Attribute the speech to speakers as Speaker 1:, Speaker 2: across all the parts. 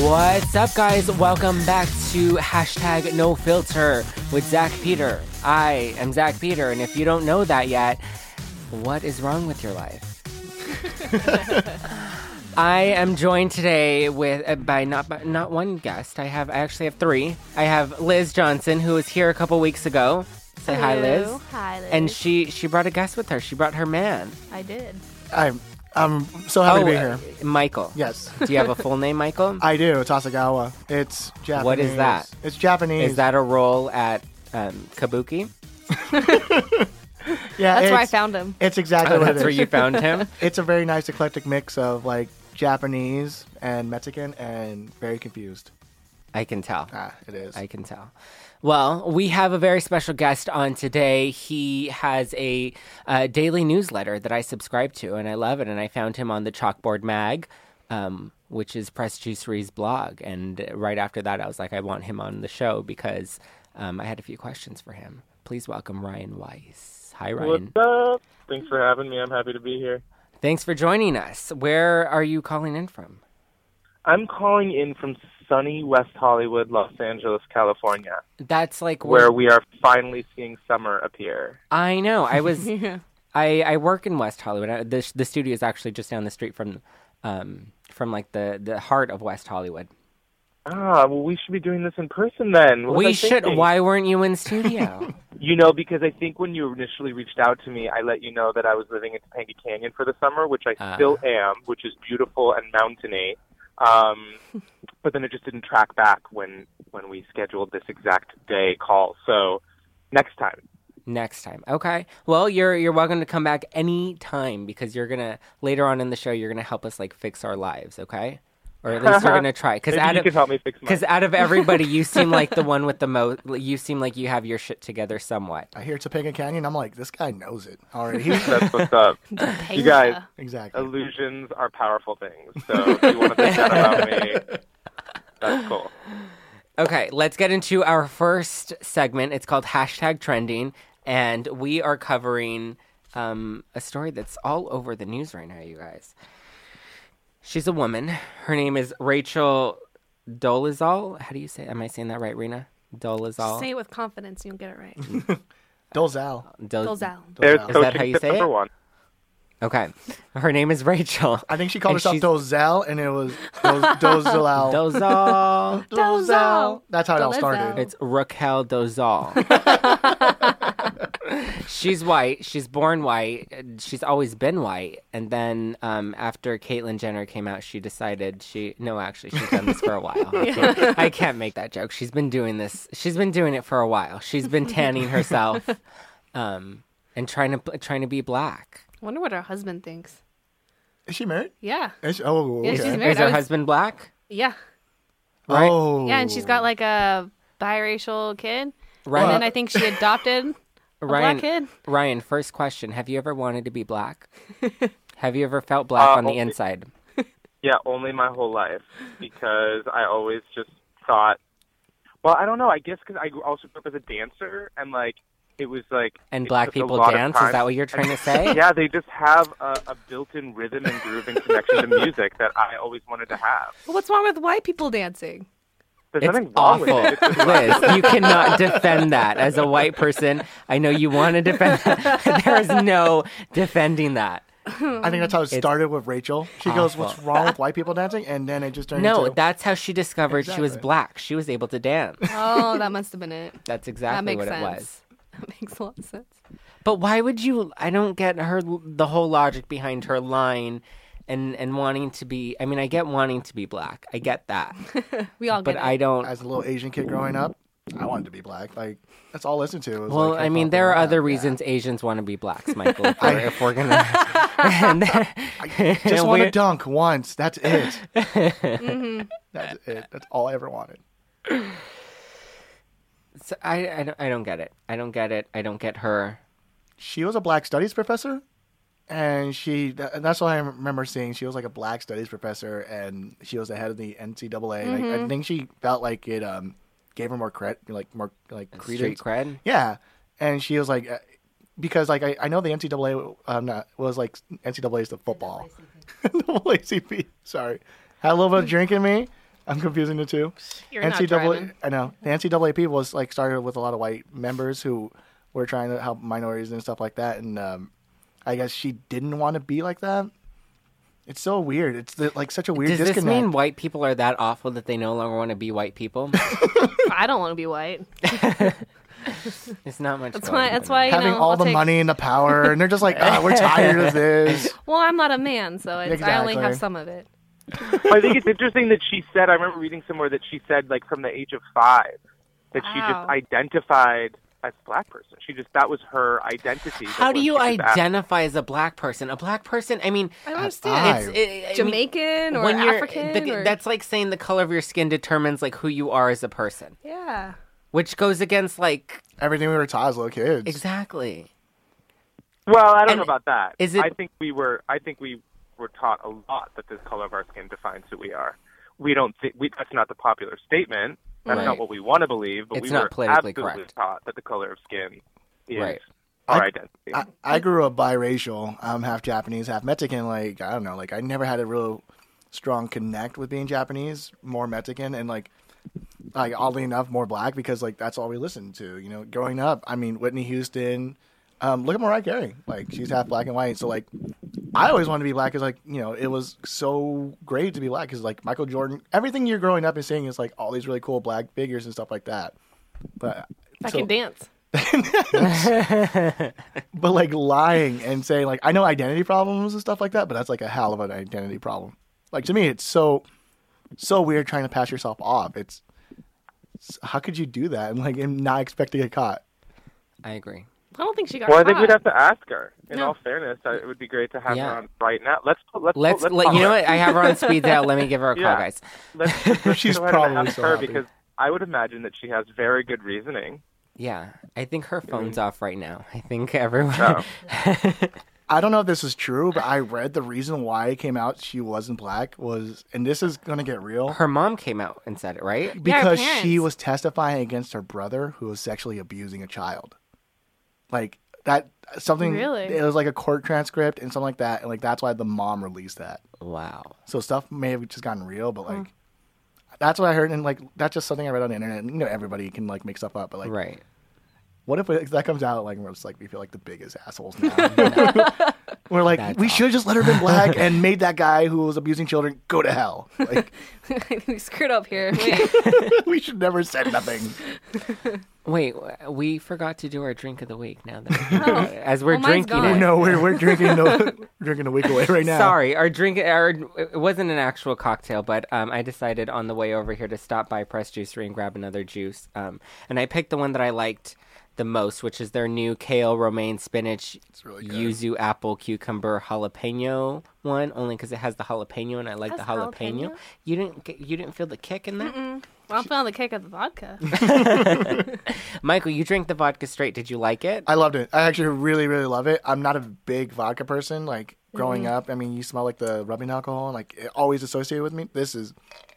Speaker 1: What's up, guys? Welcome back to hashtag No Filter with Zach Peter. I am Zach Peter, and if you don't know that yet, what is wrong with your life? I am joined today with uh, by not by, not one guest. I have I actually have three. I have Liz Johnson, who was here a couple weeks ago. Say hi, Liz.
Speaker 2: Hello. Hi, Liz.
Speaker 1: And she she brought a guest with her. She brought her man.
Speaker 2: I did.
Speaker 3: I'm I'm so happy to be here.
Speaker 1: uh, Michael.
Speaker 3: Yes,
Speaker 1: Do you have a full name, Michael?
Speaker 3: I do. Tasagawa. It's Japanese.
Speaker 1: What is that?
Speaker 3: It's Japanese.
Speaker 1: Is that a role at um, Kabuki?
Speaker 3: Yeah,
Speaker 2: That's
Speaker 3: it's,
Speaker 2: where I found him.
Speaker 3: It's exactly
Speaker 1: Oh,
Speaker 3: what it
Speaker 1: that's
Speaker 3: is.
Speaker 1: where you found him.
Speaker 3: It's a very nice eclectic mix of like Japanese and Mexican and very confused.
Speaker 1: I can tell.
Speaker 3: Ah, it is.
Speaker 1: I can tell. Well, we have a very special guest on today. He has a uh, daily newsletter that I subscribe to, and I love it. And I found him on the Chalkboard Mag, um, which is Press Juicery's blog. And right after that, I was like, I want him on the show because um, I had a few questions for him. Please welcome Ryan Weiss. Hi,
Speaker 4: What's
Speaker 1: Ryan.
Speaker 4: up? Thanks for having me. I'm happy to be here.
Speaker 1: Thanks for joining us. Where are you calling in from?
Speaker 4: I'm calling in from sunny West Hollywood, Los Angeles, California,
Speaker 1: That's like
Speaker 4: where we are finally seeing summer appear.
Speaker 1: I know. I was.
Speaker 2: Yeah.
Speaker 1: I I work in West Hollywood. I, the the studio is actually just down the street from, um, from like the the heart of West Hollywood.
Speaker 4: Ah, well, we should be doing this in person then. What was I
Speaker 1: we should.
Speaker 4: thinking?
Speaker 1: Why weren't you in studio?
Speaker 4: You know, because I think when you initially reached out to me, I let you know that I was living in Topanga Canyon for the summer, which I
Speaker 1: Ah.
Speaker 4: still am, which is beautiful and mountainy. Um, but then it just didn't track back when when we scheduled this exact day call. So next time.
Speaker 1: Next time. Okay. Well, you're you're welcome to come back any time because you're gonna later on in the show you're gonna help us like fix our lives. Okay. Or at least we're gonna try. Because
Speaker 4: Maybe
Speaker 1: out
Speaker 4: you
Speaker 1: of
Speaker 4: can help me fix my
Speaker 1: because out of everybody, you seem like the one with the most. You seem like you have your shit together somewhat.
Speaker 3: I hear Topanga Canyon. I'm like, this guy knows it already. He's-
Speaker 4: That's what's up.
Speaker 2: Topanga.
Speaker 4: guys-
Speaker 3: exactly.
Speaker 4: Illusions are powerful things. So if you want to think that about me, that's cool.
Speaker 1: Okay, let's get into our first segment. It's called hashtag trending, and we are covering um, a story that's all over the news right now, you guys. She's a woman. Her name is Rachel Dolezal. How do you say? Am I saying that right, Rena? Dolezal.
Speaker 2: Say it with confidence, you'll get it right.
Speaker 1: Mm.
Speaker 3: Dolzal.
Speaker 1: Dol-
Speaker 2: Dolzal.
Speaker 4: There's
Speaker 3: Is that
Speaker 4: coaching
Speaker 1: how you
Speaker 4: tip
Speaker 1: say it?
Speaker 4: number one.
Speaker 1: Okay, her name is Rachel.
Speaker 3: I think she
Speaker 1: And
Speaker 3: called herself
Speaker 1: she's-
Speaker 3: Dolzal, and it was Doz- Dozalal.
Speaker 1: Dozal.
Speaker 2: Dozal.
Speaker 3: That's how it all
Speaker 2: Dolezal.
Speaker 3: started.
Speaker 1: It's Raquel Dozal. she's white. She's born white. and She's always been white. And then um, after Caitlyn Jenner came out, she decided she no, actually, she's done this for a while. I can't, I can't make that joke. She's been doing this. She's been doing it for a while. She's been tanning herself, um, and trying to trying to be black.
Speaker 2: Wonder what her husband thinks.
Speaker 3: Is she married?
Speaker 2: Yeah.
Speaker 3: Is she- oh,
Speaker 2: Yeah,
Speaker 3: okay.
Speaker 2: she's married.
Speaker 1: Is her
Speaker 2: I was-
Speaker 1: husband black?
Speaker 2: Yeah.
Speaker 1: Right.
Speaker 3: Oh,
Speaker 2: Yeah, and she's got like a biracial kid.
Speaker 1: Ryan,
Speaker 2: And then I think she adopted a black
Speaker 1: Ryan,
Speaker 2: kid.
Speaker 1: Ryan, first question: Have you ever wanted to be black? Have you ever felt black
Speaker 4: Uh,
Speaker 1: on the
Speaker 4: only-
Speaker 1: inside?
Speaker 4: Yeah, only my whole life because I always just thought. Well, I don't know. I guess because I also grew up as a dancer and like it was like
Speaker 1: And
Speaker 4: it
Speaker 1: black
Speaker 4: took a
Speaker 1: people
Speaker 4: lot of
Speaker 1: dance? Is
Speaker 4: time.
Speaker 1: that what you're trying to say?
Speaker 4: Yeah, they just have a, a built-in rhythm and groove and connection to music that I always wanted to have.
Speaker 2: Well, what's wrong with white people dancing?
Speaker 4: There's
Speaker 1: It's
Speaker 4: nothing wrong
Speaker 1: awful.
Speaker 4: with it. It's just
Speaker 1: Liz, you cannot defend that as a white person. I know you want to defend that. there is no defending that.
Speaker 3: I think that's how it started with Rachel. She goes, "What's wrong with white people dancing?" And then it just turned
Speaker 1: No,
Speaker 3: into
Speaker 1: that's how she discovered she was
Speaker 3: Exactly.
Speaker 1: black. She was able to dance.
Speaker 2: Oh, that must have been it.
Speaker 1: That's
Speaker 2: That
Speaker 1: exactly
Speaker 2: makes
Speaker 1: what
Speaker 2: sense.
Speaker 1: it was.
Speaker 2: That makes a lot of sense.
Speaker 1: But why would you I don't get her the whole logic behind her line and and wanting to be I mean I get wanting to be black. I get that.
Speaker 2: We all
Speaker 1: But
Speaker 2: get
Speaker 1: I
Speaker 2: it.
Speaker 1: don't
Speaker 3: as a little Asian kid growing up. I wanted to be black. Like that's all I listened to. was,
Speaker 1: Well,
Speaker 3: like,
Speaker 1: I mean,
Speaker 3: hip-hop
Speaker 1: there are
Speaker 3: and
Speaker 1: other
Speaker 3: rap.
Speaker 1: reasons Asians want to be blacks, Michael. If we're, if we're gonna, and,
Speaker 3: Yeah.
Speaker 1: and
Speaker 3: Just want to
Speaker 1: we're-
Speaker 3: dunk once. That's it. That's it. That's all I ever wanted.
Speaker 1: so I, I, don't, I don't get it. I don't get it. I don't get her.
Speaker 3: She was a black studies professor, and she. tha- and that's all I remember seeing. She was like a black studies professor, and she was the head of the NCAA. Like, I think she felt like it um gave her more credit, like more like
Speaker 1: Street
Speaker 3: credence.
Speaker 1: cred.
Speaker 3: Yeah, and she was like, uh, because like I, I know the NCAA um, not, was like NCAA is the football, NAACP. Sorry, had a little bit of drink in me. I'm confusing the two.
Speaker 5: You're not driving.
Speaker 3: I know the NCAAP was like started with a lot of white members who were trying to help minorities and stuff like that, and um, I guess she didn't want to be like that. It's so weird. It's the, like such a weird
Speaker 1: Does
Speaker 3: disconnect.
Speaker 1: this mean white people are that awful that they no longer want to be white people?
Speaker 5: I don't want to be white.
Speaker 1: it's not much.
Speaker 5: That's
Speaker 1: going
Speaker 5: why.
Speaker 1: on
Speaker 5: That's
Speaker 1: there.
Speaker 5: why. You
Speaker 3: Having
Speaker 5: know,
Speaker 3: all
Speaker 5: I'll
Speaker 3: the
Speaker 5: take-
Speaker 3: money and the power, and they're just like, ah, we're tired of this.
Speaker 5: Well, I'm not a man, so it's, I only
Speaker 3: Exactly.
Speaker 5: have some of it.
Speaker 4: But I think it's interesting that she said. I remember reading somewhere that she said, like, from the age of five, that she
Speaker 5: Wow.
Speaker 4: just identified as a black person. She just that was her identity. that
Speaker 1: How do
Speaker 4: when
Speaker 1: you
Speaker 4: she was asked-
Speaker 1: identify as a black person? A black person? I mean, uh,
Speaker 5: I don't
Speaker 2: Uh,
Speaker 5: understand.
Speaker 3: understand.
Speaker 1: it's
Speaker 3: Five.
Speaker 1: it, I mean,
Speaker 5: Jamaican or
Speaker 1: when you're
Speaker 5: African.
Speaker 1: the-
Speaker 5: or-
Speaker 1: that's like saying the color of your skin determines like who you are as a person,
Speaker 5: yeah.
Speaker 1: which goes against like
Speaker 3: Everything we were taught as little kids.
Speaker 1: exactly.
Speaker 4: Well, I don't
Speaker 1: And
Speaker 4: know about that.
Speaker 1: is it-
Speaker 4: I think we were. I think we were taught a lot that the color of our skin defines who we are. We don't. Th- we, that's not the popular statement. That's
Speaker 1: Right.
Speaker 4: not what we want to believe. But
Speaker 1: It's
Speaker 4: we
Speaker 1: not
Speaker 4: were
Speaker 1: politically
Speaker 4: absolutely
Speaker 1: correct.
Speaker 4: taught that the color of skin is
Speaker 1: Right.
Speaker 4: our
Speaker 3: I-
Speaker 4: identity.
Speaker 3: I, I grew up biracial. I'm half Japanese, half Mexican. Like I don't know. Like I never had a real strong connect with being Japanese, more Mexican, and like like oddly enough, more black because like that's all we listened to. You know, growing up. I mean, Whitney Houston. Um, look at Mariah Carey. Like she's half black and white. So like, I always wanted to be black. Cause like you know, it was so great to be black. Cause like Michael Jordan, everything you're growing up and seeing is like all these really cool black figures and stuff like that. But
Speaker 5: I
Speaker 3: so-
Speaker 5: can dance.
Speaker 3: but like lying and saying like I know identity problems and stuff like that, but that's like a hell of an identity problem. Like to me, it's so so weird trying to pass yourself off. It's, it's- how could you do that and like and not expect to get caught?
Speaker 1: I agree.
Speaker 5: I don't think she got.
Speaker 4: well, I think we'd
Speaker 5: caught.
Speaker 4: have to ask her. In
Speaker 5: No.
Speaker 4: all fairness, I, it would be great to have
Speaker 1: Yeah.
Speaker 4: her on right now. Let's put- let's
Speaker 1: Let's,
Speaker 4: let's
Speaker 1: let
Speaker 4: call
Speaker 1: you know
Speaker 4: her.
Speaker 1: what I have her on speed dial. Let me give her a
Speaker 4: Yeah.
Speaker 1: call, guys.
Speaker 4: Let's, let's
Speaker 3: She's
Speaker 4: go ahead and
Speaker 3: probably
Speaker 4: ask
Speaker 3: so
Speaker 4: her
Speaker 3: happy.
Speaker 4: because I would imagine that she has very good reasoning.
Speaker 1: Yeah, I think her phone's
Speaker 5: Mm-hmm.
Speaker 1: off right now. I think everyone.
Speaker 4: Oh.
Speaker 3: I don't know if this is true, but I read the reason why it came out she wasn't black was, and this is gonna get real
Speaker 1: her mom came out and said it, right?
Speaker 5: Yeah, her
Speaker 3: because she
Speaker 5: parents.
Speaker 3: was testifying against her brother who was sexually abusing a child. Like that something
Speaker 5: Really?
Speaker 3: it was like a court transcript and something like that and like that's why the mom released that.
Speaker 1: Wow.
Speaker 3: So stuff may have just gotten real, but like that's what I heard, and like that's just something I read on the internet. You know, everybody can like make stuff up, but like,
Speaker 1: Right.
Speaker 3: what if it- that comes out like we're just like we feel like the biggest assholes now? we're like
Speaker 1: That's
Speaker 3: we should have just let her been black and made that guy who was abusing children go to hell. Like
Speaker 5: I think we screwed up here. Wait.
Speaker 3: we should never have said nothing.
Speaker 1: Wait, w- we forgot to do our drink of the week. Now that as we're
Speaker 5: Oh, Well, mine's
Speaker 1: drinking,
Speaker 5: gone.
Speaker 1: it.
Speaker 3: No, we're we're drinking no drinking a week away right now.
Speaker 1: Sorry, our drink. Our, it wasn't an actual cocktail, but um, I decided on the way over here to stop by Press Juicery and grab another juice. Um, and I picked the one that I liked the most, which is their new kale romaine spinach
Speaker 3: really good.
Speaker 1: yuzu apple cucumber jalapeno one. Only because it has the jalapeno, and I like the
Speaker 5: Has
Speaker 1: jalapeno.
Speaker 5: jalapeno?
Speaker 1: You didn't. get- You didn't feel the kick in that,
Speaker 5: well, I'm feeling the kick of the vodka.
Speaker 1: Michael. You drank the vodka straight. Did you like it?
Speaker 3: I loved it. I actually really, really love it. I'm not a big vodka person. Like growing
Speaker 1: Mm-hmm.
Speaker 3: up, I mean, you smell like the rubbing alcohol, and like it always associated with me. This is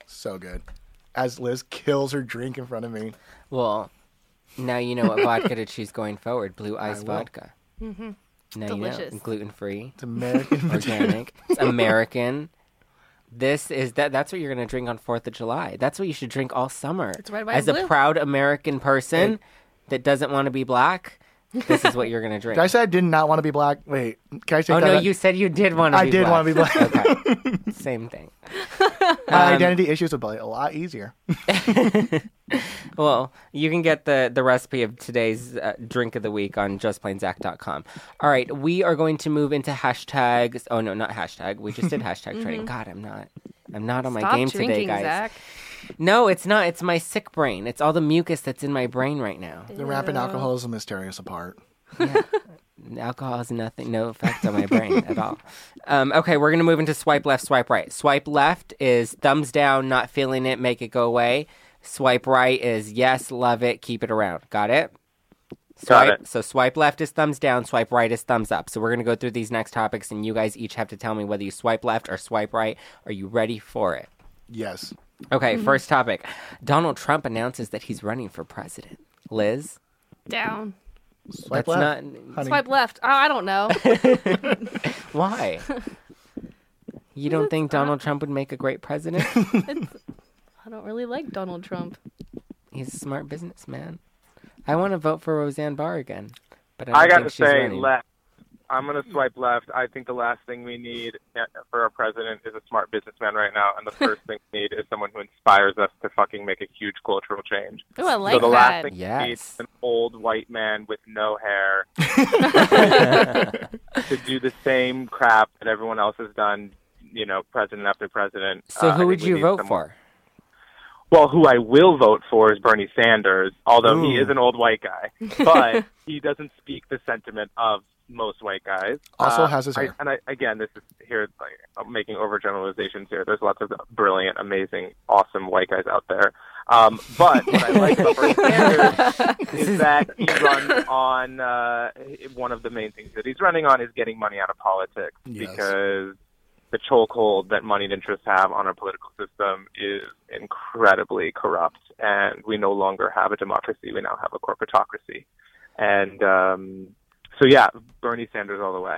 Speaker 3: so good. As Liz kills her drink in front of me,
Speaker 1: Well, now you know what vodka to choose going forward. Blue Ice
Speaker 3: will.
Speaker 1: vodka. Mm-hmm. Now you know
Speaker 5: Delicious.
Speaker 1: gluten free,
Speaker 3: it's American.
Speaker 1: organic, it's American. This is that. That's what you're gonna drink on Fourth of July. That's what you should drink all summer.
Speaker 5: It's red, white,
Speaker 1: As
Speaker 5: and
Speaker 1: a
Speaker 5: blue.
Speaker 1: proud American person that doesn't want to be black, this is what you're gonna drink.
Speaker 3: Did I say I did not want to be black? Wait, can I take
Speaker 1: oh
Speaker 3: that
Speaker 1: no,
Speaker 3: back?
Speaker 1: you said you did want to.
Speaker 3: I did want to be black.
Speaker 1: Okay, same thing.
Speaker 3: My identity issues would be a lot easier.
Speaker 1: Well, you can get the, the recipe of today's uh, drink of the week on justplainzach.com. All right, we are going to move into hashtags. Oh no, not hashtag. We just did hashtag trending. God, I'm not. I'm not on my
Speaker 5: Mm-hmm. Stop
Speaker 1: game
Speaker 5: drinking,
Speaker 1: today, guys.
Speaker 5: Zach.
Speaker 1: No, it's not. It's my sick brain. It's all the mucus that's in my brain right now.
Speaker 3: The rap and alcoholism is tearing us apart.
Speaker 1: Alcohol has nothing, no effect on my brain at all. Um, okay, we're going to move into swipe left, swipe right. Swipe left is thumbs down, not feeling it, make it go away. Swipe right is yes, love it, keep it around. Got it?
Speaker 4: Got
Speaker 1: Swipe,
Speaker 4: it.
Speaker 1: So swipe left is thumbs down, swipe right is thumbs up. So we're going to go through these next topics, and you guys each have to tell me whether you swipe left or swipe right. Are you ready for it?
Speaker 3: Yes.
Speaker 1: Okay,
Speaker 3: Mm-hmm.
Speaker 1: first topic Donald Trump announces that he's running for president. Liz?
Speaker 5: Down.
Speaker 3: Swipe
Speaker 1: that's
Speaker 3: left.
Speaker 1: not.
Speaker 3: honey.
Speaker 5: Swipe left. Oh, I don't know.
Speaker 1: Why? You don't think Donald Trump would make a great president?
Speaker 5: don't really like Donald Trump.
Speaker 1: He's a smart businessman. I want to vote for Roseanne Barr again, but I, don't
Speaker 4: I got to
Speaker 1: think she's
Speaker 4: say,
Speaker 1: running.
Speaker 4: left. I'm going to swipe left. I think the last thing we need for our president is a smart businessman right now, and the first thing we need is someone who inspires us to fucking make a huge cultural change.
Speaker 5: Oh, I
Speaker 4: so
Speaker 5: like
Speaker 4: the last
Speaker 5: that.
Speaker 4: thing we need is
Speaker 1: Yes.
Speaker 4: an old white man with no hair to do the same crap that everyone else has done. You know, president after president.
Speaker 1: So
Speaker 4: Uh, I
Speaker 1: who
Speaker 4: think
Speaker 1: would
Speaker 4: we
Speaker 1: you
Speaker 4: need
Speaker 1: vote
Speaker 4: someone-
Speaker 1: for?
Speaker 4: Well, who I will vote for is Bernie Sanders, although he
Speaker 3: Ooh.
Speaker 4: is an old white guy, but he doesn't speak the sentiment of most white guys.
Speaker 3: Also
Speaker 4: Uh,
Speaker 3: has his
Speaker 4: I-
Speaker 3: hair.
Speaker 4: and I, again, this is here like, I'm making overgeneralizations here. There's lots of brilliant, amazing, awesome white guys out there. Um, but what I like about Bernie Sanders is that he runs on uh, one of the main things that he's running on is getting money out of politics
Speaker 3: Yes.
Speaker 4: because the chokehold that moneyed interests have on our political system is incredibly corrupt, and we no longer have a democracy. We now have a corporatocracy, and um, so yeah, Bernie Sanders all the way.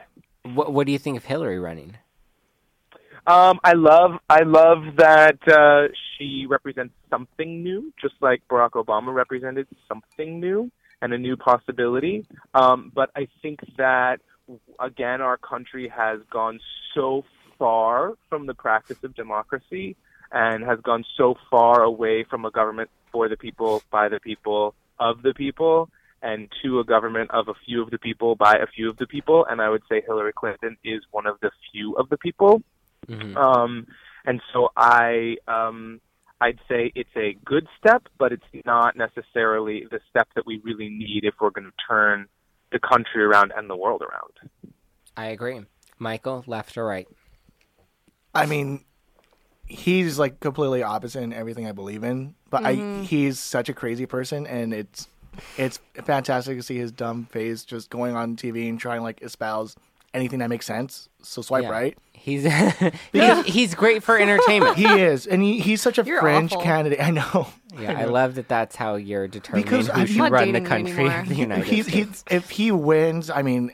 Speaker 1: What What do you think of Hillary running?
Speaker 4: Um, I love, I love that uh, she represents something new, just like Barack Obama represented something new and a new possibility. Um, but I think that again, our country has gone so far from the practice of democracy and has gone so far away from a government for the people, by the people, of the people, and to a government of a few of the people, by a few of the people. And I would say Hillary Clinton is one of the few of the people. Um, and so I, um, I'd say it's a good step, but it's not necessarily the step that we really need if we're going to turn the country around and the world around.
Speaker 1: I agree. Michael, left or right?
Speaker 3: I mean, he's like completely opposite in everything I believe in, but
Speaker 2: Mm-hmm.
Speaker 3: I he's such a crazy person, and it's it's fantastic to see his dumb face just going on TV and trying like espouse anything that makes sense. So swipe
Speaker 1: Yeah.
Speaker 3: right.
Speaker 1: He's he's, he's great for entertainment.
Speaker 3: He is, and he, he's such a
Speaker 2: You're
Speaker 3: fringe
Speaker 2: awful.
Speaker 3: candidate. I know.
Speaker 1: yeah, I love that. That's how you're determined
Speaker 3: Because
Speaker 1: who
Speaker 3: I'm
Speaker 1: should
Speaker 3: not
Speaker 1: run the
Speaker 2: dating him
Speaker 1: country
Speaker 2: anymore.
Speaker 1: of the United
Speaker 3: He's,
Speaker 1: States.
Speaker 3: he's if he wins, I mean,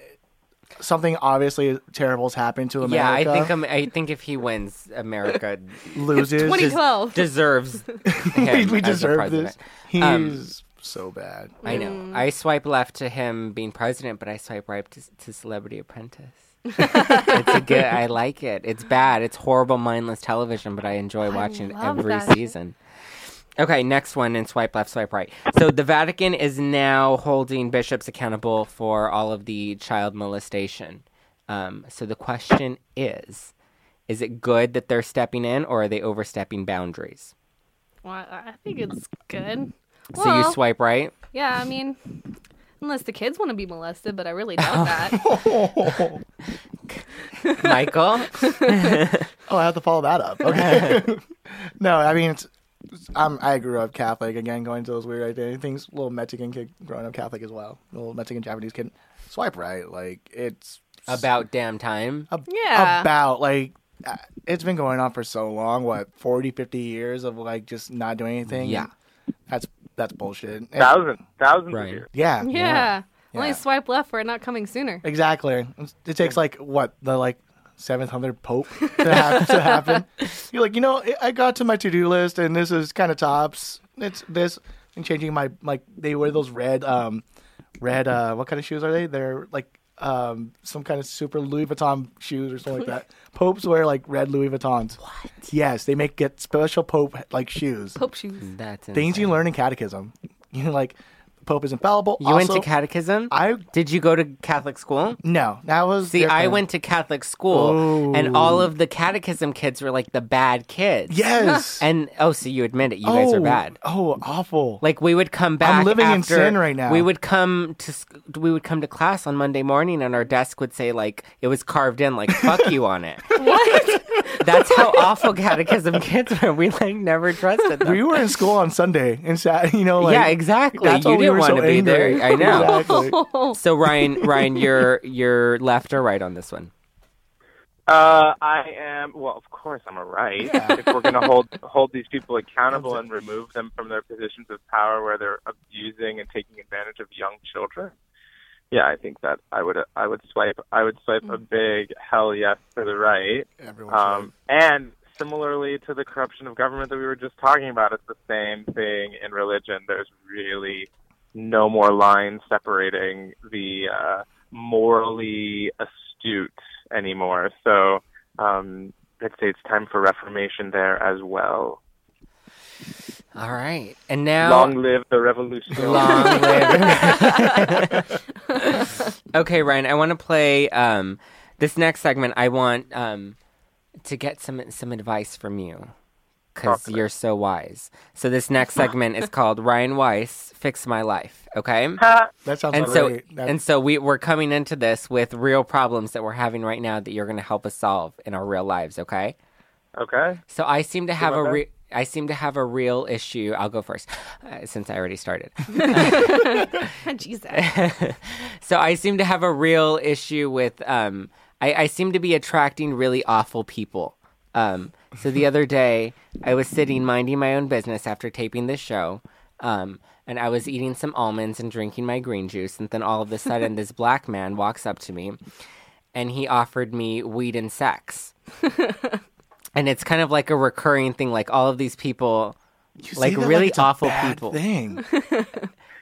Speaker 3: something obviously terrible's happened to
Speaker 1: yeah, I
Speaker 3: America.
Speaker 1: think um, I think if he wins, America
Speaker 3: loses.
Speaker 5: 2012.
Speaker 1: deserves.
Speaker 3: we,
Speaker 1: him
Speaker 3: we
Speaker 1: as the
Speaker 3: deserve
Speaker 1: president.
Speaker 3: this. He's
Speaker 1: Um,
Speaker 3: so bad.
Speaker 1: I know. I swipe left to him being president, but I swipe right to, to Celebrity Apprentice. it's a good. I like it. It's bad. It's horrible, mindless television, but I enjoy watching it
Speaker 5: love
Speaker 1: every
Speaker 5: that shit.
Speaker 1: season. Okay, next one and swipe left, swipe right. So the Vatican is now holding bishops accountable for all of the child molestation. Um, so the question is, is it good that they're stepping in, or are they overstepping boundaries?
Speaker 5: Well, I I think it's good.
Speaker 1: so you
Speaker 5: Well-
Speaker 1: swipe right.
Speaker 5: Yeah, I mean, unless the kids want to be molested, but I really doubt that.
Speaker 1: Michael,
Speaker 3: Oh, I have to follow that up. Okay. no, I mean it's. I'm, I grew up Catholic again, going to those weird identity things. Little Mexican kid growing up Catholic as well. Little Mexican Japanese kid. Swipe right, like it's
Speaker 1: about damn time.
Speaker 5: Yeah.
Speaker 3: about like uh, it's been going on for so long. What 40, 50 years of like just not doing anything.
Speaker 1: Yeah.
Speaker 3: that's that's bullshit.
Speaker 4: Thousands, thousands
Speaker 1: Right.
Speaker 4: of years.
Speaker 3: yeah,
Speaker 5: yeah. Only
Speaker 3: Yeah.
Speaker 5: swipe left for it not coming sooner.
Speaker 3: Exactly. It takes like what the like seventh hundred pope to, have, to happen. You're like, you know, I- I got to my to do list, and this is kind of tops. It's this and changing my like they wear those red um red uh what kind of shoes are they? They're like um some kind of super Louis Vuitton shoes or something like that. Popes wear like red Louis Vuittons. What? Yes, they make get special pope like shoes.
Speaker 5: Pope shoes.
Speaker 1: That's insane.
Speaker 3: Things you learn in catechism. You know, like the pope is infallible.
Speaker 1: You went
Speaker 3: Also,
Speaker 1: to catechism?
Speaker 3: I
Speaker 1: Did you go to Catholic school?
Speaker 3: no, that was
Speaker 1: See, I
Speaker 3: different.
Speaker 1: went to Catholic school, and all of the catechism kids were like the bad kids.
Speaker 3: Yes.
Speaker 1: And oh, so you admit it? You guys are bad.
Speaker 3: Oh, awful.
Speaker 1: Like we would come back.
Speaker 3: living in
Speaker 1: after-
Speaker 3: sin right now.
Speaker 1: We would come to sc- we would come to class on Monday morning, and our desk would say like it was carved in like "fuck you" on it.
Speaker 5: What?
Speaker 1: That's how awful catechism kids were. We like never trusted them.
Speaker 3: we were in school on Sunday and sat, you know, like
Speaker 1: yeah, exactly.
Speaker 3: Oh, that's why
Speaker 1: You
Speaker 3: we
Speaker 1: didn't
Speaker 3: were
Speaker 1: want
Speaker 3: so
Speaker 1: to be
Speaker 3: angry.
Speaker 1: there. I know.
Speaker 3: Exactly.
Speaker 5: Oh,
Speaker 1: So Ryan, Ryan, you're you're left or right on this one?
Speaker 4: Uh, I am. Well, of course, I'm a right. If we're going to hold hold these people accountable and remove them from their positions of power where they're abusing and taking advantage of young children, yeah, I think that I would I would swipe I would swipe a big hell yes for the right.
Speaker 3: Everyone
Speaker 4: Um, and similarly to the corruption of government that we were just talking about, it's the same thing in religion. There's really no more line separating the uh, morally astute anymore. So um, I'd say it's time for reformation there as well.
Speaker 1: All right. And now
Speaker 4: Long live the revolution.
Speaker 1: Long live. okay, Ryan, I want to play um, this next segment. I want um, to get some some advice from you because
Speaker 4: Okay.
Speaker 1: you're so wise. So this next segment is called Ryan Weiss Fix My Life. Okay.
Speaker 4: Ha!
Speaker 3: That sounds
Speaker 1: And
Speaker 3: like
Speaker 1: so,
Speaker 3: great. That-
Speaker 1: and so we, we're coming into this with real problems that we're having right now that you're going to help us solve in our real lives, okay?
Speaker 4: okay.
Speaker 1: So I seem to have a
Speaker 4: about
Speaker 1: re- I seem to have a real issue. I'll go first, uh, since I already started.
Speaker 5: Jesus.
Speaker 1: so I seem to have a real issue with um I, I seem to be attracting really awful people. Um so the other day I was sitting minding my own business after taping this show. Um and I was eating some almonds and drinking my green juice and then all of a sudden this black man walks up to me and he offered me weed and sex. and it's kind of like a recurring thing like all of these people
Speaker 3: You
Speaker 1: like
Speaker 3: say that
Speaker 1: really
Speaker 3: it's a
Speaker 1: awful
Speaker 3: bad
Speaker 1: people.
Speaker 3: Thing.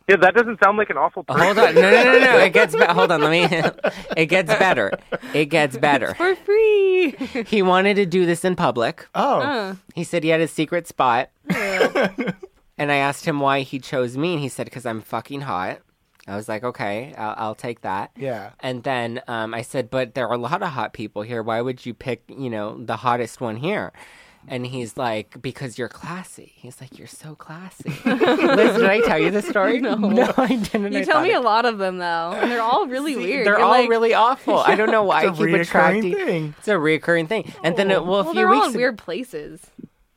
Speaker 4: Yeah, that doesn't sound like an awful person.
Speaker 1: Uh, Hold on, no, no, no, no. It gets be- hold on. Let me. It gets better. It gets better.
Speaker 2: For free.
Speaker 1: He wanted to do this in public.
Speaker 3: Oh,
Speaker 4: Uh.
Speaker 1: He said he had a secret spot, and I asked him why he chose me, and he said because I'm fucking hot. I was like, okay, I'll, I'll take that.
Speaker 3: yeah.
Speaker 1: And then um, I said, but there are a lot of hot people here. Why would you pick, you know, the hottest one here? And he's like, because you're classy. He's like, you're so classy. Liz, did I tell you the story? No, no, I didn't.
Speaker 5: You
Speaker 1: I
Speaker 5: tell
Speaker 1: thought
Speaker 5: me
Speaker 1: it-
Speaker 5: a lot of them though, and they're all really weird.
Speaker 1: They're
Speaker 5: You're
Speaker 1: all
Speaker 5: like,
Speaker 1: really awful. I don't know why
Speaker 3: It's a
Speaker 1: I keep
Speaker 3: reoccurring
Speaker 1: attracting.
Speaker 3: thing.
Speaker 1: It's a reoccurring thing. And then, it, well, a
Speaker 5: Oh. well,
Speaker 1: few
Speaker 5: they're all
Speaker 1: weeks
Speaker 5: in
Speaker 1: ago,
Speaker 5: weird places.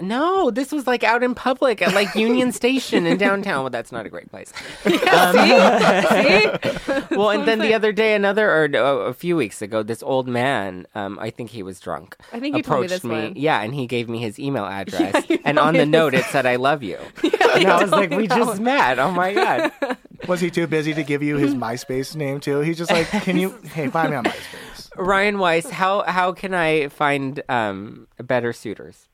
Speaker 1: no, this was like out in public at like Union Station in downtown. Well, that's not a great place. well, and then the other day, another or uh, a few weeks ago, this old man, um, I think he was drunk,
Speaker 5: I think you told me
Speaker 1: approached
Speaker 5: this one.
Speaker 1: Yeah, and he gave me his email address, and on the note it said, "I love you." and I was like, "We just met." Oh my god.
Speaker 3: Was he too busy to give you his MySpace name too? He's just like, can you? hey, find me on MySpace.
Speaker 1: Ryan Weiss, how how can I find um, better suitors?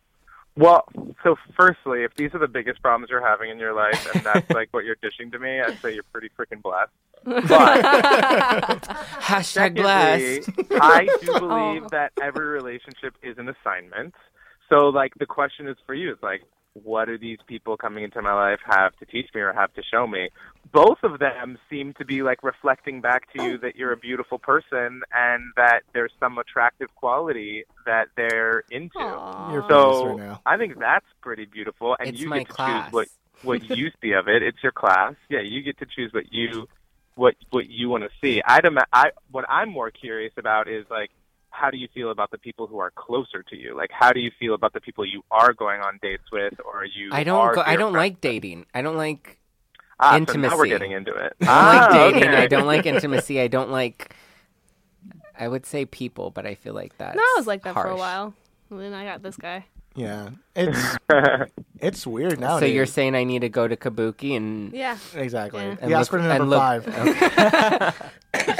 Speaker 4: Well, so firstly, if these are the biggest problems you're having in your life, and that's like what you're dishing to me, I'd say you're pretty freaking blessed. But
Speaker 1: Hashtag blessed.
Speaker 4: secondly, I do
Speaker 1: Oh.
Speaker 4: believe that every relationship is an assignment. So, like, the question is for you: it's like, what do these people coming into my life have to teach me or have to show me? Both of them seem to be like reflecting back to you that you're a beautiful person and that there's some attractive quality that they're into.
Speaker 3: You're famous
Speaker 4: So
Speaker 3: right now.
Speaker 4: I think that's pretty beautiful, and
Speaker 1: It's
Speaker 4: you
Speaker 1: my
Speaker 4: get to
Speaker 1: class.
Speaker 4: choose what what you see of it. It's your class. Yeah, you get to choose what you what what you want to see. I'd ima- I what I'm more curious about is like how do you feel about the people who are closer to you? Like how do you feel about the people you are going on dates with, or you?
Speaker 1: I
Speaker 4: are
Speaker 1: don't go, I
Speaker 4: their
Speaker 1: don't
Speaker 4: friends?
Speaker 1: like dating. I don't like
Speaker 4: ah, so now
Speaker 1: intimacy.
Speaker 4: we're getting into it.
Speaker 1: I don't
Speaker 4: Ah,
Speaker 1: like dating.
Speaker 4: okay.
Speaker 1: I don't like intimacy. I don't like. I would say people, but I feel like that.
Speaker 5: No, I was like that for a
Speaker 1: harsh.
Speaker 5: while. And then I got this guy.
Speaker 3: Yeah, it's it's weird now.
Speaker 4: Oh,
Speaker 1: So you're saying I need to go to Kabuki and
Speaker 5: Yeah.
Speaker 3: exactly.
Speaker 5: Yeah.
Speaker 3: Yeah,
Speaker 1: And
Speaker 3: yeah
Speaker 1: look-
Speaker 3: aspirin
Speaker 1: and
Speaker 3: number
Speaker 1: look-
Speaker 3: five.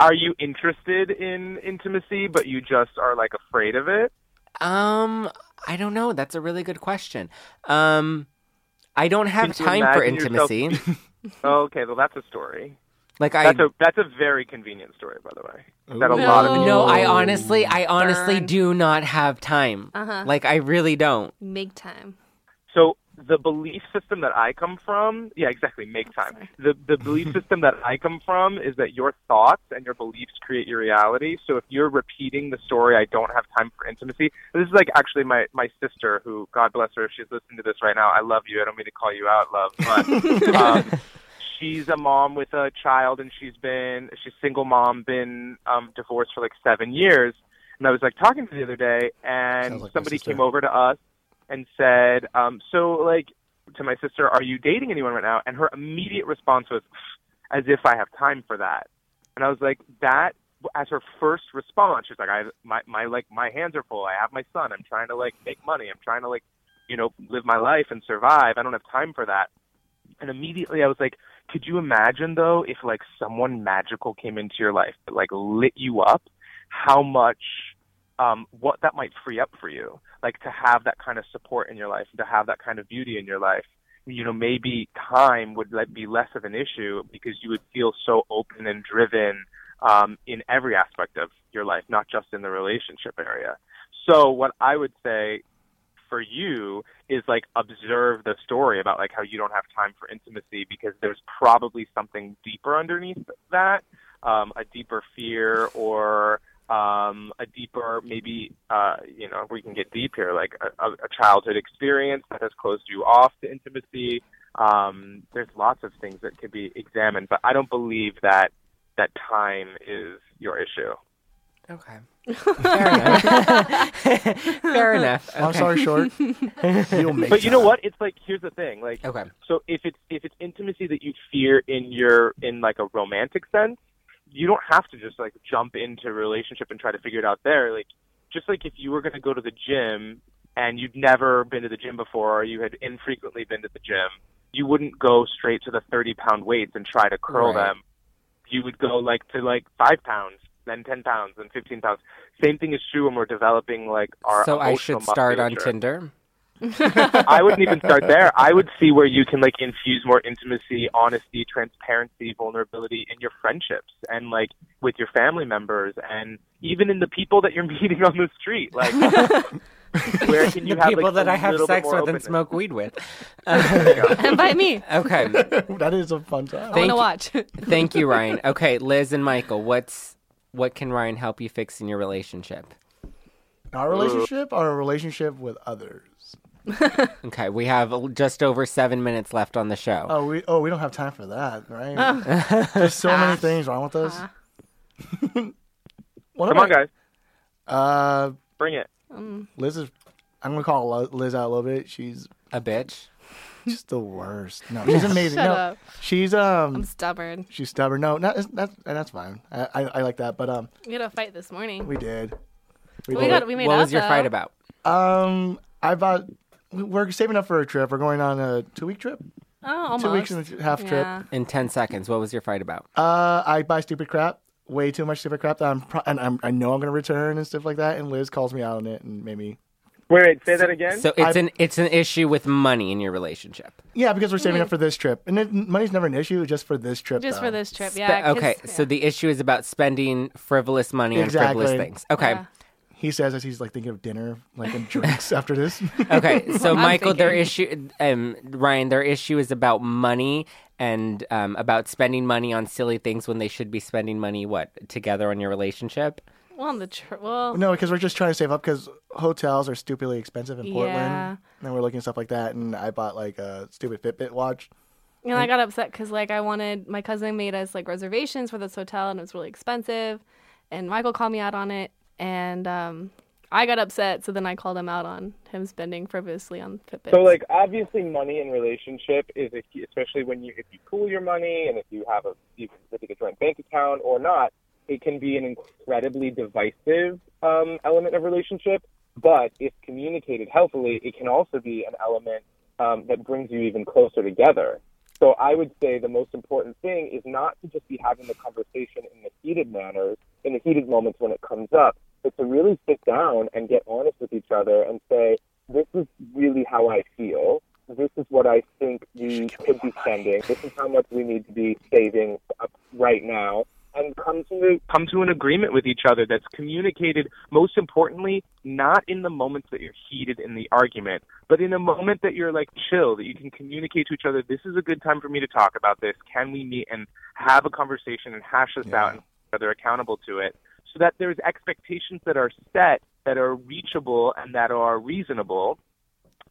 Speaker 4: Are you interested in intimacy, but you just are like afraid of it?
Speaker 1: um, I don't know. That's a really good question. Um, I don't have
Speaker 4: Could you
Speaker 1: time for
Speaker 4: imagine yourself-
Speaker 1: intimacy.
Speaker 4: Okay, well that's a story.
Speaker 1: like I
Speaker 4: That's a that's a very convenient story, by the way. That a Oh.
Speaker 5: Ooh.
Speaker 4: lot
Speaker 5: No.
Speaker 4: of people.
Speaker 1: no, I honestly, I honestly
Speaker 5: Burn.
Speaker 1: do not have time.
Speaker 5: Uh-huh.
Speaker 1: Like I really don't.
Speaker 5: Make time.
Speaker 4: So the belief system that I come from, yeah, exactly. Make time. The the belief system that I come from is that your thoughts and your beliefs create your reality. So if you're repeating the story, I don't have time for intimacy. and this is like actually my my sister, who God bless her, if she's listening to this right now. I love you. I don't mean to call you out, love, but. Um, She's a mom with a child, and she's been she's single mom, been um, divorced for like seven years. And I was like talking to the other day, and
Speaker 3: Sounds like my
Speaker 4: somebody
Speaker 3: sister.
Speaker 4: came over to us and said, um, "So, like, to my sister, are you dating anyone right now?" And her immediate response was, "As if I have time for that." And I was like, "That." As her first response, she's like, "I my my like my hands are full. I have my son. I'm trying to like make money. I'm trying to like, you know, live my life and survive. I don't have time for that." And immediately I was like, could you imagine though if like someone magical came into your life that like lit you up, how much um, what that might free up for you, like to have that kind of support in your life, to have that kind of beauty in your life. You know, maybe time would like, be less of an issue because you would feel so open and driven um, in every aspect of your life, not just in the relationship area. So, what I would say for you is like observe the story about like how you don't have time for intimacy because there's probably something deeper underneath that, um, a deeper fear or um, a deeper maybe uh, you know we can get deep here like a, a childhood experience that has closed you off to intimacy. Um, there's lots of things that could be examined, but I don't believe that that time is your issue.
Speaker 1: Okay. Fair enough. Fair enough. Okay.
Speaker 3: Long story short, you'll make
Speaker 4: But you know
Speaker 3: time.
Speaker 4: what? It's like here's the thing. Like
Speaker 1: Okay.
Speaker 4: so if it's if it's intimacy that you fear in your in like a romantic sense, you don't have to just like jump into a relationship and try to figure it out there. Like just like if you were going to go to the gym and you'd never been to the gym before or you had infrequently been to the gym, you wouldn't go straight to the 30 pound weights and try to curl
Speaker 1: Right.
Speaker 4: them. You would go like to like 5 pounds, then 10 pounds, then 15 pounds. Same thing is true when we're developing like our
Speaker 1: So I
Speaker 4: emotional
Speaker 1: should start on
Speaker 4: musculature.
Speaker 1: Tinder.
Speaker 4: I wouldn't even start there. I would see where you can like infuse more intimacy, honesty, transparency, vulnerability in your friendships and like with your family members and even in the people that you're meeting on the street. Like where can you
Speaker 1: the
Speaker 4: have
Speaker 1: people
Speaker 4: like,
Speaker 1: that
Speaker 4: a
Speaker 1: I have
Speaker 4: little bit
Speaker 1: sex with
Speaker 4: more
Speaker 1: and
Speaker 4: openness?
Speaker 1: smoke weed with. Uh,
Speaker 5: Invite me.
Speaker 1: Okay.
Speaker 3: that is a fun
Speaker 5: I
Speaker 3: time.
Speaker 5: want
Speaker 1: Thank
Speaker 5: to
Speaker 1: you.
Speaker 5: watch.
Speaker 1: Thank you, Ryan. Okay, Liz and Michael, what's what can Ryan help you fix in your relationship?
Speaker 3: Our relationship, our relationship with others.
Speaker 1: Okay, we have just over seven minutes left on the show.
Speaker 3: Oh, we oh we don't have time for that, right? There's so many things wrong with us. What
Speaker 4: Come on,
Speaker 3: about-
Speaker 4: guys,
Speaker 3: Uh,
Speaker 4: bring it.
Speaker 3: Liz is. I'm gonna call Lo- Liz out a little bit. She's
Speaker 1: A bitch.
Speaker 3: just the worst. No, she's amazing.
Speaker 5: Shut
Speaker 3: no,
Speaker 5: up.
Speaker 3: she's um.
Speaker 5: I'm stubborn.
Speaker 3: She's stubborn. No, not, that's that's- that's fine. I, I I like that. But um,
Speaker 5: We had a fight this morning.
Speaker 3: we did. We
Speaker 5: We got we made
Speaker 1: what
Speaker 5: up.
Speaker 1: was your
Speaker 5: though.
Speaker 1: fight about?
Speaker 3: Um, I bought. We're saving up for a trip. We're going on a two-week trip,
Speaker 5: Oh, almost.
Speaker 3: two weeks and a half trip.
Speaker 5: Yeah.
Speaker 1: In ten seconds, what was your fight about?
Speaker 4: Um,
Speaker 3: Uh, I buy stupid crap, way too much stupid crap that I'm pro- and I'm, I know I'm gonna return and stuff like that. And Liz calls me out on it and made me.
Speaker 4: Wait, wait, say that again.
Speaker 1: So it's an it's an issue with money in your relationship.
Speaker 3: Yeah, because we're saving up for this trip, and it, money's never an issue. Just for this trip.
Speaker 5: Mm-hmm. Just
Speaker 3: though.
Speaker 5: for this trip.
Speaker 1: Spe-
Speaker 5: Yeah. 'cause-
Speaker 1: okay, so the issue is about spending frivolous money on frivolous
Speaker 3: Exactly.
Speaker 1: things. Okay.
Speaker 5: Yeah.
Speaker 3: He says as he's like thinking of dinner, like and drinks after this.
Speaker 1: Okay, so Michael, their issue, um, Ryan, their issue is about money and um, about spending money on silly things when they should be spending money what together on your relationship.
Speaker 5: yeah. Well, on the trip. Well,
Speaker 3: no, because we're just trying to save up because hotels are stupidly expensive in Portland,
Speaker 5: Yeah.
Speaker 3: and we're looking at stuff like that. And I bought like a stupid Fitbit watch.
Speaker 5: and
Speaker 1: Mm.
Speaker 5: I got upset because like I wanted my cousin made us like reservations for this hotel and it was really expensive, and Michael called me out on it, and um, I got upset. So then I called him out on him spending frivolously on Fitbit.
Speaker 4: So, like, obviously, money in relationship is a, key- especially when you if you pool your money and if you have a you can put like a joint bank account or not, it can be an incredibly divisive um, element of relationship. But if communicated healthily, it can also be an element um, that brings you even closer together. So, I would say the most important thing is not to just be having the conversation in the heated manners, in the heated moments when it comes up, but to really sit down and get honest with each other and say, this is really how I feel. This is what I think we could be spending. This is how much we need to be saving up right now. And come to come to an agreement with each other that's communicated. Most importantly, not in the moments that you're heated in the argument, but in a moment that you're like chill, that you can communicate to each other. This is a good time for me to talk about this. Can we meet and have a conversation and hash this out and hold each other accountable to it? so that there's expectations that are set that are reachable and that are reasonable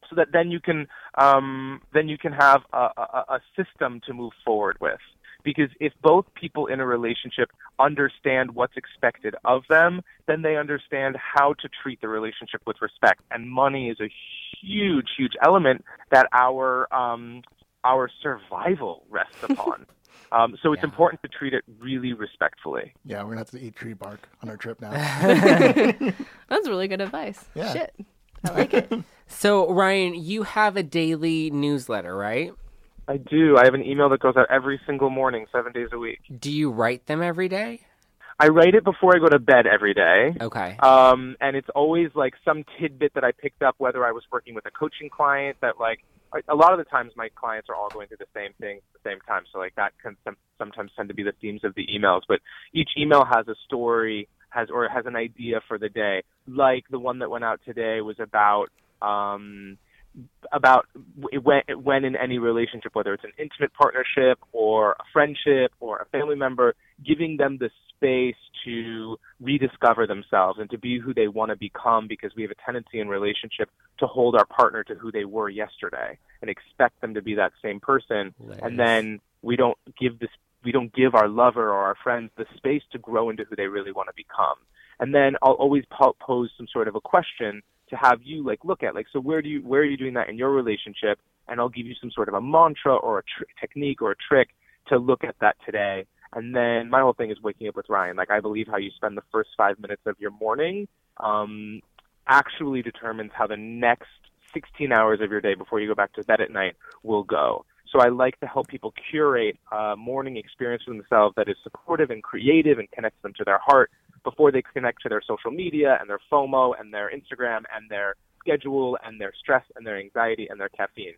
Speaker 4: so that then you can um, then you can have a, a, a system to move forward with because if both people in a relationship understand what's expected of them then they understand how to treat the relationship with respect and money is a huge huge element that our um, our survival rests upon um, so it's important to treat it really respectfully
Speaker 3: Yeah, we're gonna have to eat tree bark on our trip now.
Speaker 5: That's really good advice.
Speaker 3: Yeah.
Speaker 5: Shit. I like it.
Speaker 1: So Ryan, you have a daily newsletter, right?
Speaker 4: I do. I have an email that goes out every single morning, seven days a week.
Speaker 1: Do you write them every day?
Speaker 4: I write it before I go to bed every day.
Speaker 1: Okay.
Speaker 4: Um, and it's always like some tidbit that I picked up, whether I was working with a coaching client that like a- a lot of the times my clients are all going through the same things at the same time. So like that can some, sometimes tend to be the themes of the emails, but each email has a story has, or has an idea for the day. Like the one that went out today was about, um, about w- when, when in any relationship, whether it's an intimate partnership or a friendship or a family member, giving them the space to rediscover themselves and to be who they want to become because we have a tendency in relationship to hold our partner to who they were yesterday and expect them to be that same person and then we don't give this we don't give our lover or our friends the space to grow into who they really want to become and then I'll always po- pose some sort of a question to have you like look at like so where do you where are you doing that in your relationship and I'll give you some sort of a mantra or a tr- technique or a trick to look at that today and then my whole thing is waking up with Ryan like I believe how you spend the first 5 minutes of your morning um actually determines how the next 16 hours of your day before you go back to bed at night will go so I like to help people curate a morning experience for themselves that is supportive and creative and connects them to their heart before they connect to their social media and their FOMO and their Instagram and their schedule and their stress and their anxiety and their caffeine.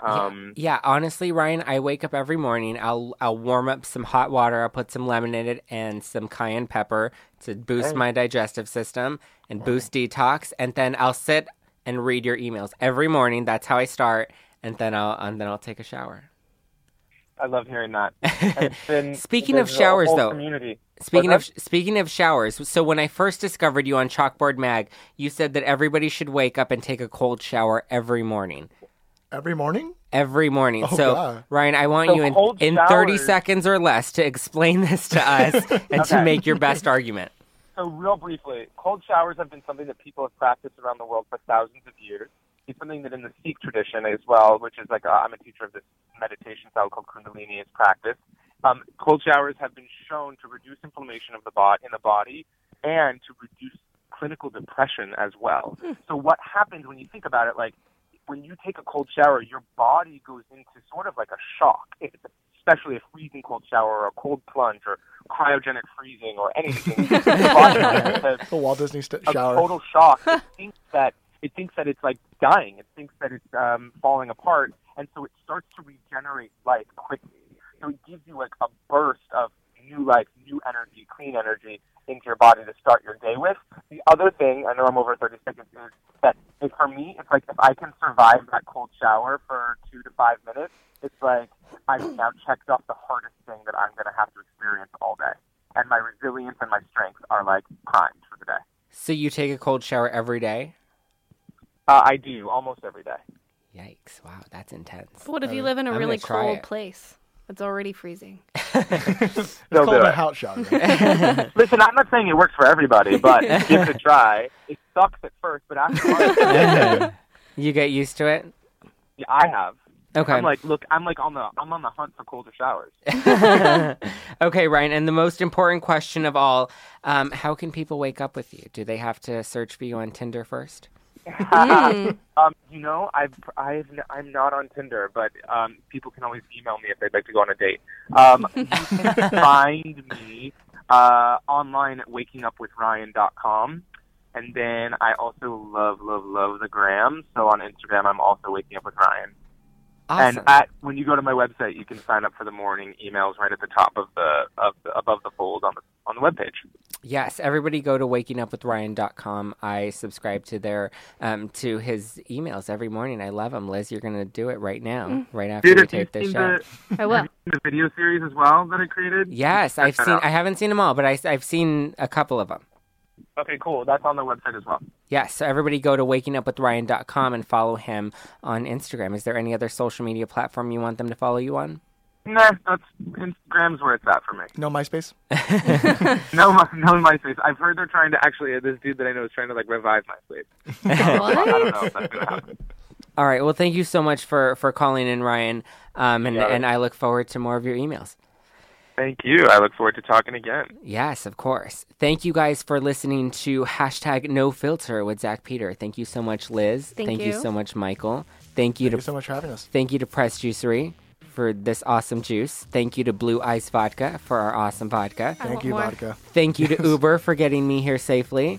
Speaker 4: Um,
Speaker 1: yeah, honestly, Ryan, I wake up every morning. I'll I'll warm up some hot water. I'll put some lemon in it and some cayenne pepper to boost my digestive system and boost detox. And then I'll sit and read your emails every morning. That's how I start. And then I'll and then I'll take a shower.
Speaker 4: I love hearing that. And then
Speaker 1: Speaking
Speaker 4: there's
Speaker 1: of
Speaker 4: a
Speaker 1: showers,
Speaker 4: whole
Speaker 1: though,
Speaker 4: community.
Speaker 1: Speaking of
Speaker 4: What's
Speaker 1: speaking of showers, so when I first discovered you on Chalkboard Mag, you said that everybody should wake up and take a cold shower every morning.
Speaker 3: Every morning?
Speaker 1: Every morning.
Speaker 3: Oh,
Speaker 1: so
Speaker 3: God.
Speaker 1: Ryan, I want
Speaker 4: So
Speaker 1: you in,
Speaker 4: cold
Speaker 1: in thirty
Speaker 4: showers-
Speaker 1: seconds or less to explain this to us and to
Speaker 4: Okay.
Speaker 1: make your best argument.
Speaker 4: So, real briefly, cold showers have been something that people have practiced around the world for thousands of years. It's something that in the Sikh tradition as well, which is like uh, I'm a teacher of this meditation style called Kundalini, is practiced. Um, cold showers have been shown to reduce inflammation of the body in the body and to reduce clinical depression as well. So, what happens when you think about it, like when you take a cold shower, your body goes into sort of like a shock, if it's especially a freezing cold shower or a cold plunge or cryogenic freezing or anything. Your body goes into
Speaker 3: The Walt Disney st-
Speaker 4: a
Speaker 3: shower.
Speaker 4: total shock. It thinks that it thinks that it's like dying. It thinks that it's um, falling apart, and so it starts to regenerate life quickly. So it gives you like a burst of new life, new energy, clean energy into your body to start your day with. The other thing, I know I'm over 30 seconds, is that if, for me, it's like if I can survive that cold shower for two to five minutes, it's like I've now checked off the hardest thing that I'm going to have to experience all day. And my resilience and my strength are like primed for the day.
Speaker 1: So you take a cold shower every day?
Speaker 4: Uh, I do almost every day.
Speaker 1: Yikes. Wow, that's intense.
Speaker 5: But what if you live in a
Speaker 1: gonna
Speaker 5: really
Speaker 1: try
Speaker 5: cold
Speaker 1: it.
Speaker 5: place? It's already freezing.
Speaker 3: It's called
Speaker 4: do
Speaker 3: a
Speaker 4: it.
Speaker 3: house shower.
Speaker 4: Listen, I'm not saying it works for everybody, but give it a try. It sucks at first, but after a while,
Speaker 1: You get used to it?
Speaker 4: yeah, I have.
Speaker 1: Okay.
Speaker 4: I'm like, look, I'm like on the I'm on the hunt for colder showers.
Speaker 1: okay, Ryan, and the most important question of all, um, how can people wake up with you? Do they have to search for you on Tinder first?
Speaker 5: Mm.
Speaker 1: Mm.
Speaker 4: Um, you know, I've I've I'm not on Tinder, but um, people can always email me if they'd like to go on a date. Um, you can find me uh, online at wakingupwithryan.com. And then I also love, love, love the gram. So on Instagram, I'm also waking up with Ryan.
Speaker 1: Awesome.
Speaker 4: And at when you go to my website, you can sign up for the morning emails right at the top of the of the, above the fold on the on the webpage.
Speaker 1: Yes, everybody go to wakingupwithryan.com. I subscribe to their um, to his emails every morning. I love them. Liz, you're going to do it right now, right after we tape this show.
Speaker 5: I will.
Speaker 4: the video series as well that I created?
Speaker 1: Yes, I've
Speaker 4: that
Speaker 1: seen.
Speaker 4: out.
Speaker 1: I haven't seen them all, but I, have seen a couple of them.
Speaker 4: Okay, cool. That's on the website as well.
Speaker 1: Yes, so everybody go to wakingupwithryan.com and follow him on Instagram. Is there any other social media platform you want them to follow you on?
Speaker 4: Nah, that's Instagram's where it's at for me.
Speaker 3: no MySpace?
Speaker 4: No, my- no MySpace. I've heard they're trying to actually. This dude that I know is trying to like revive MySpace. I don't know if that's gonna happen.
Speaker 1: All right. Well, thank you so much for for calling in, Ryan. Um, and and I look forward to more of your emails.
Speaker 4: Thank you. I look forward to talking again.
Speaker 1: Yes, of course. Thank you guys for listening to hashtag No Filter with Zach Peter. Thank you so much, Liz.
Speaker 5: Thank
Speaker 1: you.
Speaker 5: you.
Speaker 1: so much, Michael. Thank you
Speaker 3: Thank you
Speaker 1: to
Speaker 3: so much for having us.
Speaker 1: thank you to Press Juicery for this awesome juice. Thank you to Blue Ice Vodka for our awesome vodka.
Speaker 3: Thank
Speaker 2: want
Speaker 3: you,
Speaker 2: more.
Speaker 3: vodka.
Speaker 1: Thank you to Uber for getting me here safely.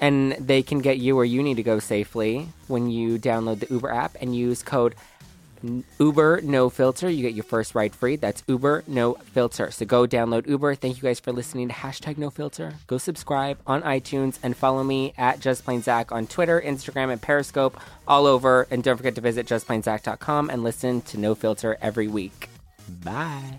Speaker 1: and they can get you where you need to go safely when you download the Uber app and use code n- Uber No Filter. You get your first ride free. That's Uber No Filter. So go download Uber. Thank you guys for listening to hashtag No Filter. Go subscribe on iTunes and follow me at Just Plain Zach on Twitter, Instagram, and Periscope, all over. And don't forget to visit justplainzach.com and listen to No Filter every week. Bye.